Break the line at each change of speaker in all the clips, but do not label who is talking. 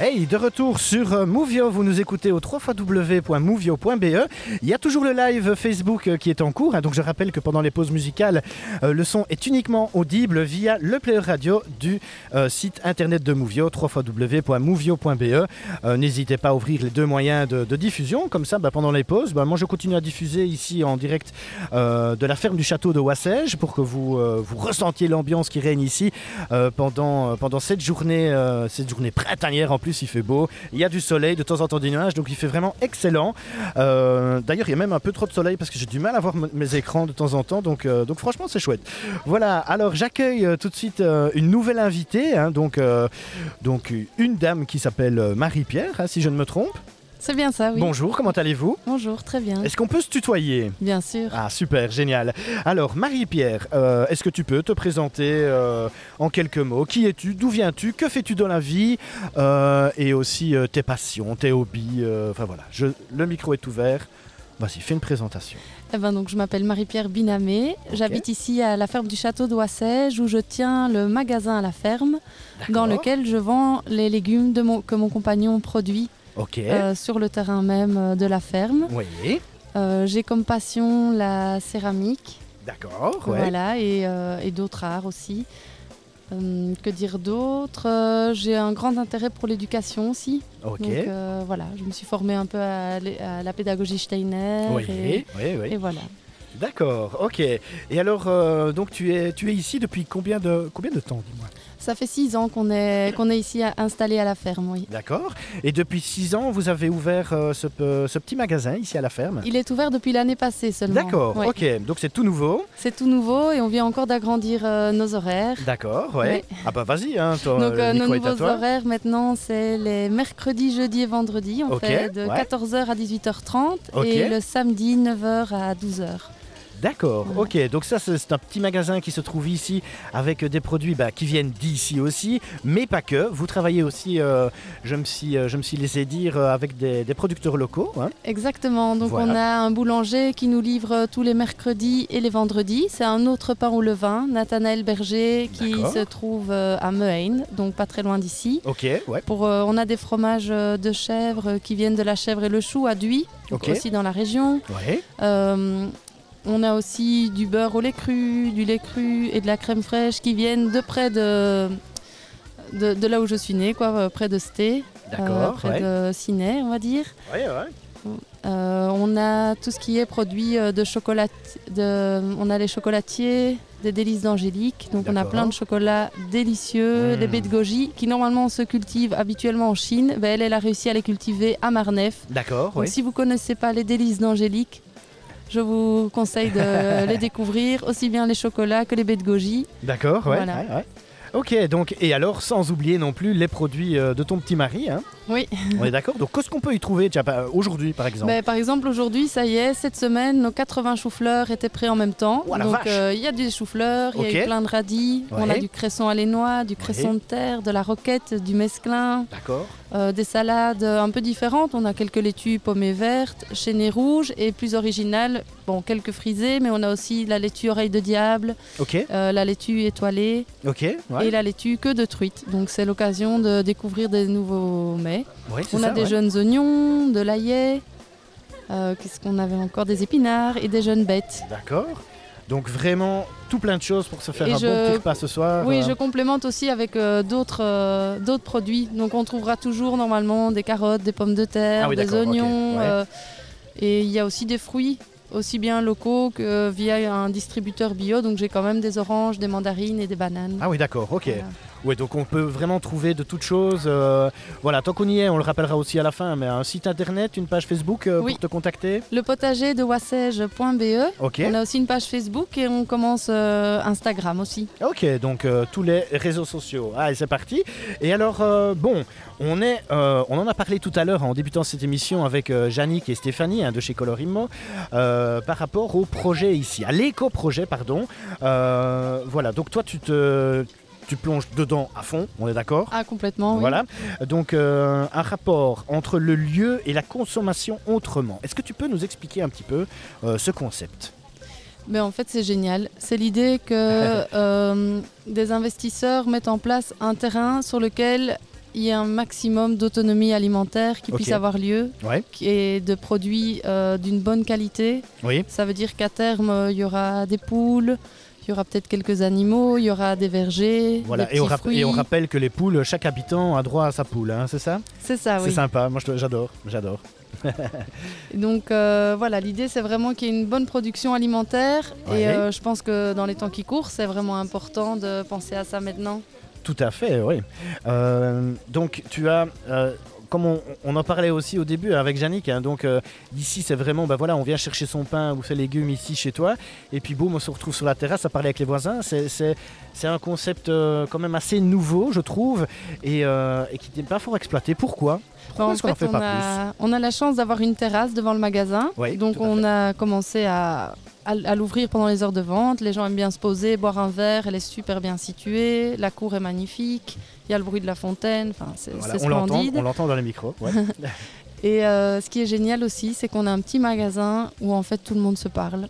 Hey, de retour sur euh, Movio, vous nous écoutez au www.movio.be. Il y a toujours le live Facebook euh, qui est en cours, hein, donc je rappelle que pendant les pauses musicales, euh, le son est uniquement audible via le player radio du euh, site internet de Movio, www.movio.be. Euh, N'hésitez pas à ouvrir les deux moyens de, de diffusion, comme ça bah, pendant les pauses, bah, moi je continue à diffuser ici en direct euh, de la ferme du château de Wassège pour que vous, euh, vous ressentiez l'ambiance qui règne ici euh, pendant, euh, pendant cette journée, euh, cette journée printanière en plus il fait beau, il y a du soleil, de temps en temps des nuages, donc il fait vraiment excellent. Euh, D'ailleurs il y a même un peu trop de soleil parce que j'ai du mal à voir m- mes écrans de temps en temps, donc, euh, donc franchement c'est chouette. Voilà, alors j'accueille euh, tout de suite euh, une nouvelle invitée, hein, donc, euh, donc une dame qui s'appelle euh, Marie-Pierre, hein, si je ne me trompe.
C'est bien ça, oui.
Bonjour, comment allez-vous
Bonjour, très bien.
Est-ce qu'on peut se tutoyer
Bien sûr.
ah super, génial. Alors Marie-Pierre, euh, est-ce que tu peux te présenter euh, en quelques mots Qui es-tu D'où viens-tu Que fais-tu dans la vie Euh, Et aussi euh, tes passions, tes hobbies. euh, Enfin voilà, je- le micro est ouvert. Vas-y, fais une présentation.
Eh ben donc, je m'appelle Marie-Pierre Binamé. J'habite ici à la ferme du château d'Oissège où je tiens le magasin à la ferme
D'accord.
dans lequel je vends les légumes de mon- que mon compagnon produit
Ok.
euh, sur le terrain même euh, de la ferme.
Oui.
Euh, J'ai comme passion la céramique
D'accord. ouais.
voilà, et, euh, et d'autres arts aussi. Hum, que dire d'autre Euh, J'ai un grand intérêt pour l'éducation aussi.
Ok.
Donc euh, voilà, je me suis formée un peu à, l'é- à la pédagogie Steiner.
oui.
et-
oui, oui.
euh, Et voilà.
D'accord. Ok. Et alors, euh, donc tu es, tu es ici depuis combien de, combien de temps, dis-moi
Ça fait six ans qu'on est, qu'on est ici à- installé à la ferme, oui.
D'accord. Et depuis six ans, vous avez ouvert euh, ce pe- ce petit magasin ici à la ferme.
Il est ouvert depuis l'année passée seulement.
D'accord,
Ouais.
ok, donc c'est tout nouveau.
C'est tout nouveau et on vient encore d'agrandir euh, nos horaires.
D'accord, ouais. Ah bah vas-y, hein, toi,
Donc
le
euh, nos
micro est à
nouveaux
toi.
horaires maintenant, c'est les mercredis, jeudis et vendredis. On
Ok,
fait de
ouais.
14h à 18h30
Ok.
et le samedi 9h à 12h.
D'accord,
Ouais.
ok, donc ça c'est c'est un petit magasin qui se trouve ici avec des produits bah, qui viennent d'ici aussi, mais pas que. Vous travaillez aussi, euh, je, me suis, euh, je me suis laissé dire, euh, avec des, des producteurs locaux. hein.
Exactement, donc
Voilà.
on a un boulanger qui nous livre euh, tous les mercredis et les vendredis. C'est un autre pain au levain, Nathanaël Berger, qui
D'accord.
se trouve euh, à Meuhaine, donc pas très loin d'ici.
Ok, ouais,
Pour, euh, on a des fromages euh, de chèvre euh, qui viennent de la chèvre et le chou à Duy, donc
Ok.
aussi dans la région.
ouais.
Euh, on a aussi du beurre au lait cru, du lait cru et de la crème fraîche qui viennent de près de, de, de là où je suis née, quoi, euh, près de Sté, euh,
D'accord,
près
ouais.
de Ciney, on va dire.
Ouais, ouais.
Euh, on a tout ce qui est produit euh, de chocolat. De, on a les chocolatiers des délices d'Angélique. Donc on a
D'accord.
plein de chocolats délicieux,
Mm.
les baies de goji qui normalement se cultivent habituellement en Chine. Ben, elle, elle a réussi à les cultiver à Marnef.
D'accord,
Donc
ouais.
si vous connaissez pas les délices d'Angélique, je vous conseille de les découvrir, aussi bien les chocolats que les baies de goji.
D'accord, ouais,
Voilà.
ouais, ouais. Ok, donc, et alors sans oublier non plus les produits euh, de ton petit mari. hein.
Oui.
On est d'accord Donc qu'est-ce qu'on peut y trouver tiens, bah, aujourd'hui par exemple
Ben, par exemple, aujourd'hui, ça y est, cette semaine, nos 80 choux-fleurs étaient prêts en même temps.
Ouah, Oh, la
Donc,
vache
euh, il y a des choux-fleurs, il y a
Ok.
eu plein de radis. On a
Ouais.
du cresson à noix, du cresson de terre, de la roquette, du mesclin,
D'accord.
euh, des salades euh, un peu différentes. On a quelques laitues pommées vertes, chênées rouges et plus originales, bon, quelques frisées, mais on a aussi la laitue oreille de diable,
Ok,
euh, la laitue étoilée
ok. ouais.
et la laitue queue de truite. Donc, c'est l'occasion de découvrir des nouveaux mets.
Ouais, c'est
On a
ça,
des
ouais.
jeunes oignons, de l'aillet, euh, qu'est-ce qu'on avait encore Des épinards et des jeunes bêtes.
D'accord. Donc vraiment tout plein de choses pour se faire
Et
un
je-
bon petit repas ce soir.
Oui,
euh,
je complémente aussi avec euh, d'autres euh, d'autres produits. Donc on trouvera toujours normalement des carottes, des pommes de terre,
Ah oui,
des
d'accord, ok,
oignons.
ouais.
euh, et il y a aussi des fruits, aussi bien locaux que euh, via un distributeur bio. Donc j'ai quand même des oranges, des mandarines et des bananes.
Ah oui, d'accord, ok.
Voilà.
Ouais, donc on peut vraiment trouver de toutes choses. euh, Voilà, tant qu'on y est, on le rappellera aussi à la fin, mais un site internet, une page Facebook euh,
Oui.
pour te contacter.
Le potager de wassège.be.
Ok.
E. On a aussi une page Facebook et on commence euh, Instagram aussi.
Ok, donc euh, tous les réseaux sociaux. Allez, c'est parti. Et alors, euh, bon, on, est, euh, on en a parlé tout à l'heure hein, en débutant cette émission avec euh, Yannick et Stéphanie hein, de chez Colorimo euh, par rapport au projet ici, à l'éco-projet, pardon. Euh, voilà, donc toi, tu te tu plonges dedans à fond, on est d'accord
Ah complètement. oui.
Voilà, donc euh, un rapport entre le lieu et la consommation autrement. Est-ce que tu peux nous expliquer un petit peu euh, ce concept
Mais en fait, c'est génial. C'est l'idée que euh, des investisseurs mettent en place un terrain sur lequel il y ait un maximum d'autonomie alimentaire qui
Ok.
puisse avoir lieu
Ouais.
et de produits euh, d'une bonne qualité.
Oui.
Ça veut dire qu'à terme, euh, il y aura des poules, il y aura peut-être quelques animaux, il y aura des vergers.
Voilà.
des
Et on,
petits
rap- et on
fruits.
rappelle que les poules, chaque habitant a droit à sa poule, hein, c'est ça
C'est ça,
C'est
Ah oui.
sympa. Moi, je- j'adore. J'adore.
Donc euh, voilà, l'idée c'est vraiment qu'il y ait une bonne production alimentaire
Ouais.
et euh, je pense que dans les temps qui courent, c'est vraiment important de penser à ça maintenant.
Tout à fait, oui. Euh, donc tu as, euh, comme on, on en parlait aussi au début avec Yannick, hein, donc euh, ici c'est vraiment, bah voilà, on vient chercher son pain ou ses légumes ici chez toi, et puis boum, on se retrouve sur la terrasse à parler avec les voisins. C'est- C'est c'est un concept euh, quand même assez nouveau, je trouve, et, euh, et qui n'est pas fort exploité. Pourquoi Pourquoi
Bah, en
est-ce qu'on n'en
fait,
fait,
on,
pas plus
a, on a la chance d'avoir une terrasse devant le magasin.
Oui,
donc
tout à
on a commencé à, à, à l'ouvrir pendant les heures de vente. Les gens aiment bien se poser, boire un verre. Elle est super bien située. La cour est magnifique. Il y a le bruit de la fontaine. Enfin, c'est
Voilà,
c'est
on l'entend,
splendide.
on l'entend dans les micros. ouais.
Et euh, ce qui est génial aussi, c'est qu'on a un petit magasin où en fait tout le monde se parle.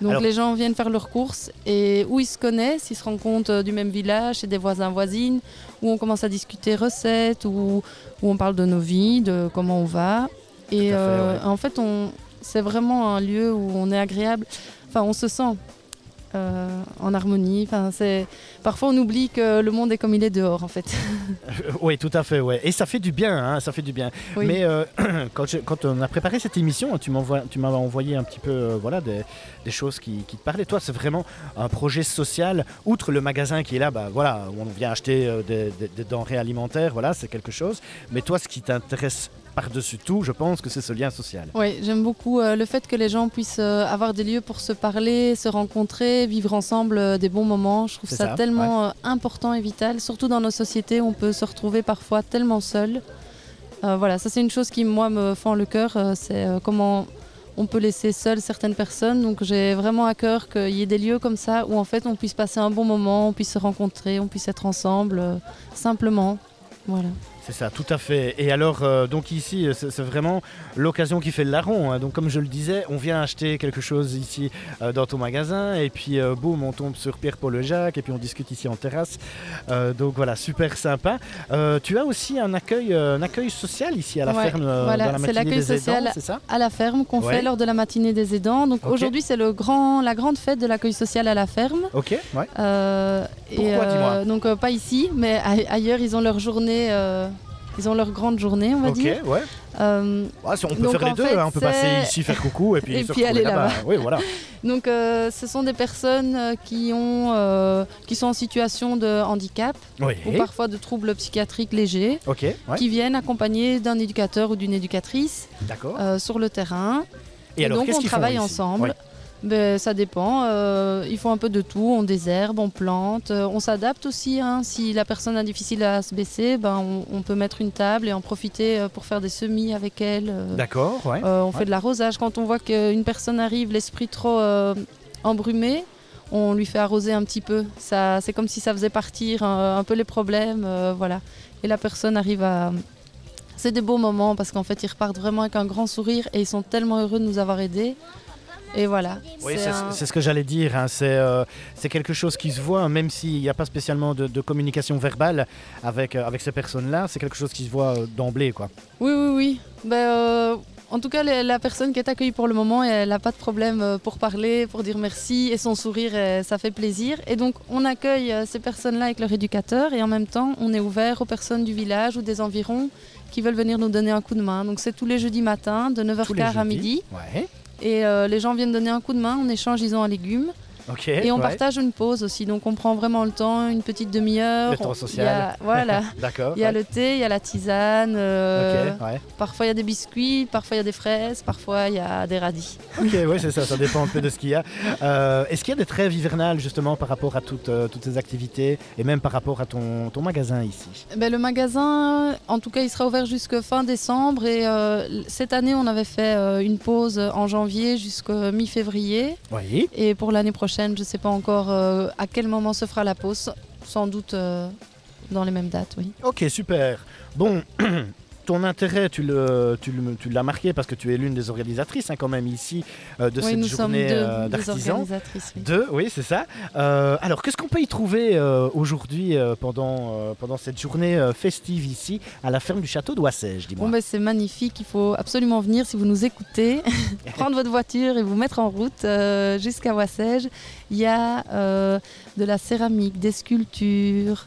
Donc
Alors-
les gens viennent faire leurs courses et où ils se connaissent, ils se rendent compte euh, du même village et des voisins voisines, où on commence à discuter recettes, où, où on parle de nos vies, de comment on va.
Tout
Et
à fait,
euh,
ouais.
en fait, on, c'est vraiment un lieu où on est agréable. Enfin, on se sent euh, en harmonie. Enfin, c'est parfois on oublie que le monde est comme il est dehors, en fait.
oui, tout à fait, ouais. Et ça fait du bien, hein, ça fait du bien.
Oui.
Mais euh, quand, je- quand on a préparé cette émission, tu m'envoies- tu m'as envoyé un petit peu euh, voilà, des, des choses qui, qui te parlaient. Toi, c'est vraiment un projet social, outre le magasin qui est là, bah, voilà, où on vient acheter euh, des, des- des denrées alimentaires, voilà, c'est quelque chose. Mais toi, ce qui t'intéresse par-dessus tout, je pense que c'est ce lien social.
Oui, j'aime beaucoup euh, le fait que les gens puissent euh, avoir des lieux pour se parler, se rencontrer, vivre ensemble euh, des bons moments. Je trouve
C'est
ça,
ça,
tellement euh, important et vital, surtout dans nos sociétés où on peut se retrouver parfois tellement seul. Euh, voilà, ça c'est une chose qui moi me fend le cœur, euh, c'est euh, comment on peut laisser seules certaines personnes. Donc j'ai vraiment à cœur qu'il y ait des lieux comme ça où en fait on puisse passer un bon moment, on puisse se rencontrer, on puisse être ensemble, euh, simplement. Voilà.
C'est ça, tout à fait. Et alors, euh, donc ici, euh, c'est c'est vraiment l'occasion qui fait le larron. hein. Donc, comme je le disais, on vient acheter quelque chose ici euh, dans ton magasin, et puis euh, boum, on tombe sur Pierre-Paul et Jacques, et puis on discute ici en terrasse. Euh, donc voilà, super sympa. Euh, tu as aussi un accueil, euh, un accueil social ici à la
Ouais,
ferme, euh,
voilà,
dans la
c'est
matinée
l'accueil
des aidants,
social.
c'est ça
à la ferme qu'on
Ouais.
fait lors de la matinée des aidants. Donc
Ok.
aujourd'hui, c'est le grand, la grande fête de l'accueil social à la ferme.
Ok, ouais.
Euh,
Pourquoi, dis-moi
Donc euh, pas ici, mais a- ailleurs, ils ont leur journée, euh, ils ont leur grande journée, on va
Ok,
dire.
ouais.
Euh,
Ah, si on peut
Donc,
faire les
en
deux,
fait,
hein. on peut passer
c'est-
ici, faire coucou, et puis,
Et
se
puis aller
retrouver là-bas.
là-bas.
oui, voilà.
donc euh, ce sont des personnes euh, qui, ont, euh, qui sont en situation de handicap
Oui.
ou parfois de troubles psychiatriques légers.
Ok, ouais.
qui viennent accompagnés d'un éducateur ou d'une éducatrice
D'accord.
euh, sur le terrain
et alors,
donc
qu'est-ce
on
qu'ils font
travaille
ici
ensemble.
Ouais.
Ben, ça dépend. euh, ils font un peu de tout. On désherbe, on plante, euh, on s'adapte aussi. hein. Si la personne a difficile à se baisser, ben, on, on peut mettre une table et en profiter euh, pour faire des semis avec elle. euh.
D'accord, ouais.
Euh, on
Ouais.
fait de l'arrosage. Quand on voit qu'une personne arrive, l'esprit trop euh, embrumé, on lui fait arroser un petit peu. Ça, c'est comme si ça faisait partir euh, un peu les problèmes. euh, voilà. Et la personne arrive à. C'est des beaux moments parce qu'en fait, ils repartent vraiment avec un grand sourire et ils sont tellement heureux de nous avoir aidés. Et voilà.
Oui,
C'est
c'est
un-
c'est ce que j'allais dire. hein. C'est euh, c'est quelque chose qui se voit, hein, même s'il n'y a pas spécialement de, de communication verbale avec, euh, avec ces personnes-là. C'est quelque chose qui se voit euh, d'emblée. quoi.
Oui, oui, oui. Ben, euh, en tout cas, la, la personne qui est accueillie pour le moment, elle n'a pas de problème euh, pour parler, pour dire merci, et son sourire, euh, ça fait plaisir. Et donc, on accueille euh, ces personnes-là avec leur éducateur, et en même temps, on est ouvert aux personnes du village ou des environs qui veulent venir nous donner un coup de main. Donc, c'est tous les jeudis matins, de
Tous les
9h15 à
jeudis.
midi,
Ouais.
et euh, les gens viennent donner un coup de main, on échange, ils ont un légume,
Ok.
et on
ouais.
partage une pause aussi. Donc, on prend vraiment le temps, une petite demi-heure.
Le temps
on- il y
social.
a- Voilà.
D'accord.
Il y a
ouais.
le thé, il y a la tisane. euh,
Ok, ouais.
Parfois il y a des biscuits, parfois il y a des fraises, parfois il y a des radis.
Ok, ouais, c'est ça, ça dépend un peu de ce qu'il y a. Euh, Est-ce qu'il y a des trêves hivernales justement par rapport à toutes, euh, toutes ces activités et même par rapport à ton, ton magasin ici
Ben, le magasin, en tout cas, il sera ouvert jusque fin décembre et euh, l- cette année on avait fait euh, une pause en janvier jusqu'à mi-février
Oui.
et pour l'année prochaine, je ne sais pas encore euh, à quel moment se fera la pause, sans doute euh, dans les mêmes dates, oui.
Ok, super. Bon, ton intérêt, tu le- tu le- tu l'as marqué parce que tu es l'une des organisatrices hein, quand même ici euh, de
oui,
cette
nous sommes
journée
deux
euh,
des
d'artisans.
organisatrices, oui.
Deux, oui, c'est ça. Euh, alors, qu'est-ce qu'on peut y trouver euh, aujourd'hui euh, pendant, euh, pendant cette journée euh, festive ici à la ferme du château d'Oissège, dis-moi
Bon, ben, c'est magnifique, il faut absolument venir si vous nous écoutez, prendre votre voiture et vous mettre en route euh, jusqu'à Wassège. Il y a euh, de la céramique, des sculptures,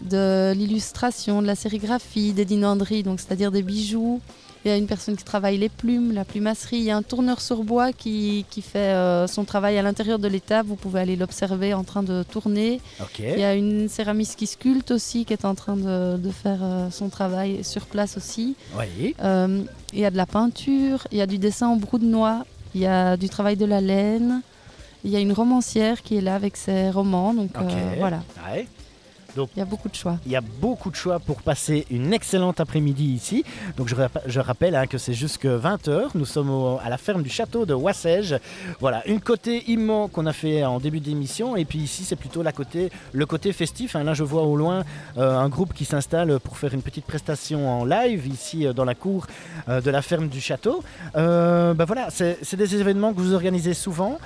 de l'illustration, de la sérigraphie, des dinanderies, donc c'est-à-dire des bijoux. Il y a une personne qui travaille les plumes, la plumasserie. Il y a un tourneur sur bois qui, qui fait euh, son travail à l'intérieur de l'étable. Vous pouvez aller l'observer en train de tourner.
Ok.
Il y a une céramiste qui sculpte aussi, qui est en train de, de faire euh, son travail sur place aussi.
Oui.
Euh, il y a de la peinture, il y a du dessin en brou de noix, il y a du travail de la laine, il y a une romancière qui est là avec ses romans. Donc
Ok.
euh, voilà,
Ouais.
il y a beaucoup de choix.
Il y a beaucoup de choix pour passer une excellente après-midi ici. Donc je, rap- je rappelle hein, que c'est jusque 20h. Nous sommes au- à la ferme du château de Wassège. Voilà, une côté immo qu'on a fait en début d'émission. Et puis ici, c'est plutôt la côté, le côté festif. hein. Là, je vois au loin euh, un groupe qui s'installe pour faire une petite prestation en live ici euh, dans la cour euh, de la ferme du château. Euh, bah voilà, c'est c'est des événements que vous organisez souvent,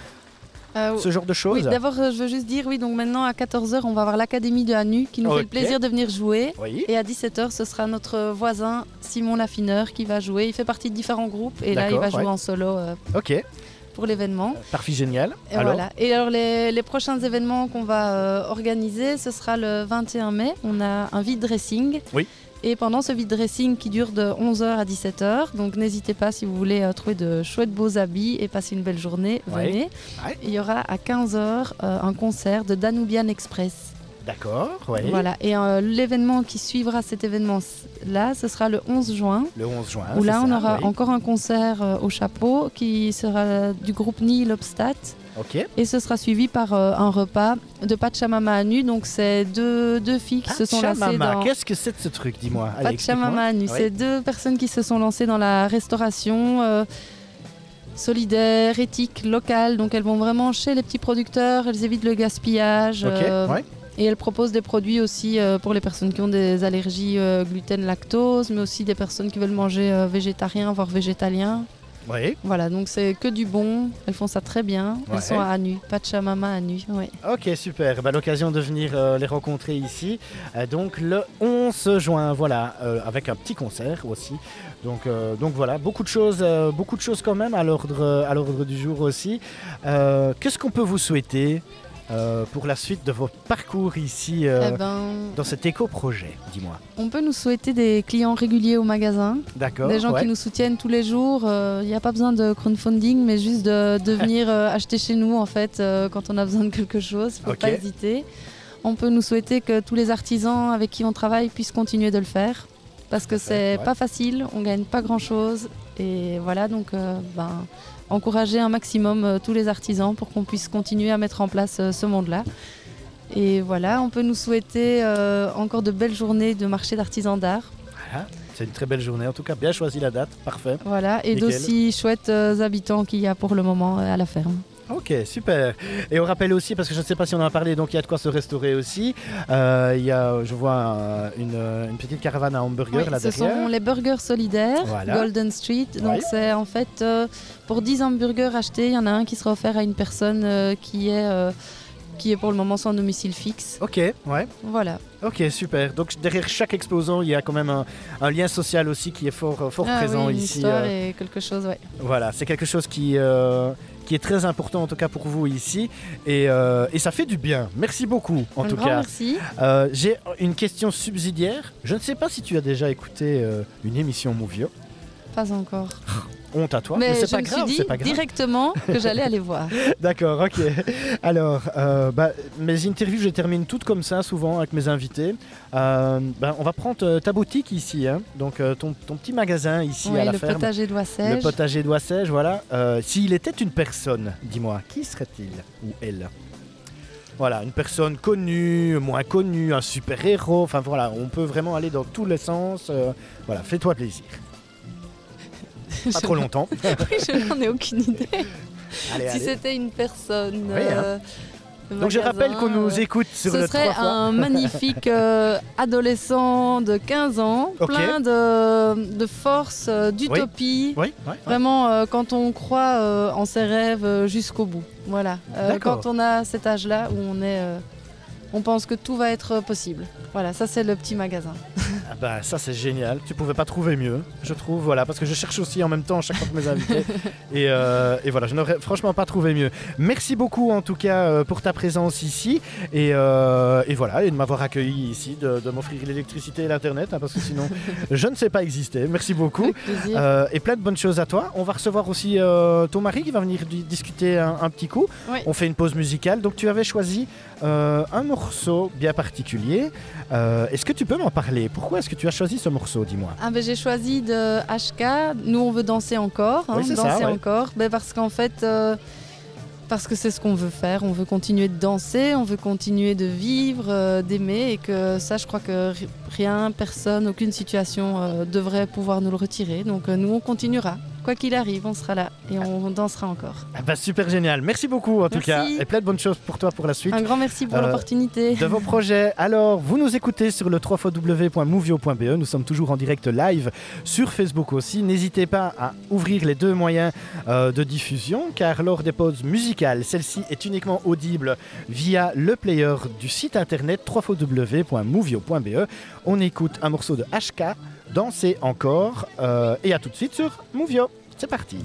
Euh,
ce genre de
oui,
choses.
D'abord, euh, je veux juste dire, oui, donc maintenant à 14h, on va avoir l'Académie de Hanu qui nous fait
Ok.
le plaisir de venir jouer.
Oui.
Et à 17h, ce sera notre voisin Simon Laffineur qui va jouer. Il fait partie de différents groupes et là, il
D'accord,
va jouer
ouais.
en solo euh,
Ok.
pour l'événement.
Parfait, génial.
Et
Alors,
voilà. Et alors les, les prochains événements qu'on va euh, organiser, ce sera le 21 mai. On a un vide dressing.
Oui.
Et pendant ce vide dressing qui dure de 11h à 17h, donc n'hésitez pas si vous voulez euh, trouver de chouettes beaux habits et passer une belle journée,
Ouais.
venez.
Ouais.
Il y aura à 15h un concert de Danubian Express.
d'accord. Oui.
Voilà. Et euh, l'événement qui suivra cet événement-là, ce sera le 11 juin.
Le 11 juin. Ah,
Où
c'est
là, on
ça,
aura
oui.
encore un concert euh, au chapeau qui sera du groupe Nihil Obstat.
Ok.
Et ce sera suivi par euh, un repas de Pachamama à nu. Donc, c'est deux, deux filles qui se sont lancées
Pachamama,
dans.
qu'est-ce que c'est de ce truc, dis-moi Allez,
Pachamama à nu.
explique-moi.
C'est deux personnes qui se sont lancées dans la restauration. euh, solidaire, éthique, locale. Donc elles vont vraiment chez les petits producteurs, elles évitent le gaspillage
Oui.
euh,
Ok, ouais.
et elles proposent des produits aussi euh, pour les personnes qui ont des allergies euh, gluten, lactose, mais aussi des personnes qui veulent manger euh, végétarien, voire végétalien.
Oui.
Voilà, donc c'est que du bon, elles font ça très bien,
Ouais.
elles sont à nu, Pachamama à nu. Ouais.
Ok, super. Bah, L'occasion de venir euh, les rencontrer ici. Euh, donc le 11 juin, voilà, euh, avec un petit concert aussi. Donc, euh, donc voilà, beaucoup de choses, euh, beaucoup de choses quand même à l'ordre euh, à l'ordre du jour aussi. Euh, Qu'est-ce qu'on peut vous souhaiter euh, pour la suite de votre parcours ici euh,
Eh ben,
dans cet éco-projet, dis-moi.
on peut nous souhaiter des clients réguliers au magasin,
D'accord.
des gens
ouais.
qui nous soutiennent tous les jours. Il n'y a pas besoin de crowdfunding, mais juste de, de venir euh, acheter chez nous en fait euh, quand on a besoin de quelque chose. Faut
Ok.
pas hésiter. On peut nous souhaiter que tous les artisans avec qui on travaille puissent continuer de le faire. Parce que
à fait,
c'est
ouais.
pas facile, on gagne pas grand chose. Et voilà, donc euh, ben, encourager un maximum euh, tous les artisans pour qu'on puisse continuer à mettre en place euh, ce monde-là. Et voilà, on peut nous souhaiter euh, encore de belles journées de marché d'artisans d'art.
Voilà. C'est une très belle journée en tout cas. Bien choisi la date, parfait.
Voilà, et
Nickel.
d'aussi chouettes euh, habitants qu'il y a pour le moment euh, à la ferme.
Ok, super. Et on rappelle aussi, parce que je ne sais pas si on en a parlé, donc il y a de quoi se restaurer aussi. Euh, Il y a, je vois, un- une, euh, une petite caravane à hamburger
Oui,
là
ce sont
derrière.
les burgers solidaires,
Voilà.
Golden Street. Donc
Oui.
c'est en fait euh, pour 10 hamburgers achetés, il y en a un qui sera offert à une personne euh, qui est... euh, qui est pour le moment sans domicile fixe.
Ok, ouais.
Voilà.
Ok, super. Donc derrière chaque exposant, il y a quand même un, un lien social aussi qui est fort, euh, fort
Ah
présent
oui, une
ici.
histoire
euh,
et quelque chose, ouais.
Voilà, c'est quelque chose qui, euh, qui est très important en tout cas pour vous ici. Et, euh, et ça fait du bien. Merci beaucoup en
Un
tout
grand
cas.
merci.
Euh, J'ai une question subsidiaire. Je ne sais pas si tu as déjà écouté euh, une émission Mouvio.
Pas encore.
Honte à toi, mais,
Mais,
c'est
je
pas
me
grave,
suis
c'est
dit
pas grave.
directement que j'allais aller voir.
D'accord, ok. Alors, euh, bah, mes interviews, je les termine toutes comme ça, souvent, avec mes invités. Euh, bah, on va prendre euh, ta boutique ici, hein. donc euh, ton, ton petit magasin ici
Ouais,
à la
le
ferme.
potager de
Le
Wassège.
potager d'Oissège, voilà. Euh, S'il était une personne, dis-moi, qui serait-il ou elle Voilà, une personne connue, moins connue, un super-héros, enfin voilà, on peut vraiment aller dans tous les sens. euh, voilà, fais-toi plaisir. Pas trop longtemps.
je n'en ai aucune idée.
Allez,
si
allez.
c'était une personne.
Ouais,
euh, le
Donc je
magasin,
rappelle qu'on nous
euh,
écoute sur
Ce
le
serait
3 fois.
un magnifique euh, adolescent de 15 ans,
Ok.
plein de, de force, euh, d'utopie.
Oui, ouais, ouais.
Vraiment, euh, quand on croit euh, en ses rêves euh, jusqu'au bout. Voilà. Euh,
D'accord.
quand on a cet âge-là où on est, euh, on pense que tout va être euh, possible. Voilà, ça c'est le petit magasin.
Ah bah ça c'est génial, tu pouvais pas trouver mieux, je trouve, voilà, parce que je cherche aussi en même temps à chaque fois que mes invités. et, euh, et voilà, je n'aurais franchement pas trouvé mieux. Merci beaucoup en tout cas euh, pour ta présence ici et, euh, et voilà, et de m'avoir accueilli ici, de, de m'offrir l'électricité et l'internet, hein, parce que sinon je ne sais pas exister. Merci beaucoup.
Avec plaisir.
Euh, et plein de bonnes choses à toi. On va recevoir aussi euh, ton mari qui va venir di- discuter un, un petit coup.
Oui.
On fait une pause musicale. Donc tu avais choisi euh, un morceau bien particulier. Euh, est-ce que tu peux m'en parler Pourquoi est-ce que tu as choisi ce morceau Dis-moi.
Ah ben, j'ai choisi de HK. Nous on veut danser encore, hein,
Oui, c'est ça,
danser
ouais.
encore. Ben, parce qu'en fait, euh, parce que c'est ce qu'on veut faire. On veut continuer de danser, on veut continuer de vivre, euh, d'aimer et que ça, je crois que ri- rien, personne, aucune situation euh, devrait pouvoir nous le retirer. Donc euh, nous on continuera, quoi qu'il arrive, on sera là et on, dansera encore.
Ah bah, super génial. Merci beaucoup en tout
Merci.
cas. Et plein de bonnes choses pour toi pour la suite.
Un grand merci pour
Euh,
l'opportunité.
de vos projets. Alors, vous nous écoutez sur le www.movio.be. E. Nous sommes toujours en direct live sur Facebook aussi. N'hésitez pas à ouvrir les deux moyens euh, de diffusion, car lors des pauses musicales, celle-ci est uniquement audible via le player du site internet www.movio.be. E. On écoute un morceau de HK, Danser encore, euh, et à tout de suite sur Movio. C'est parti.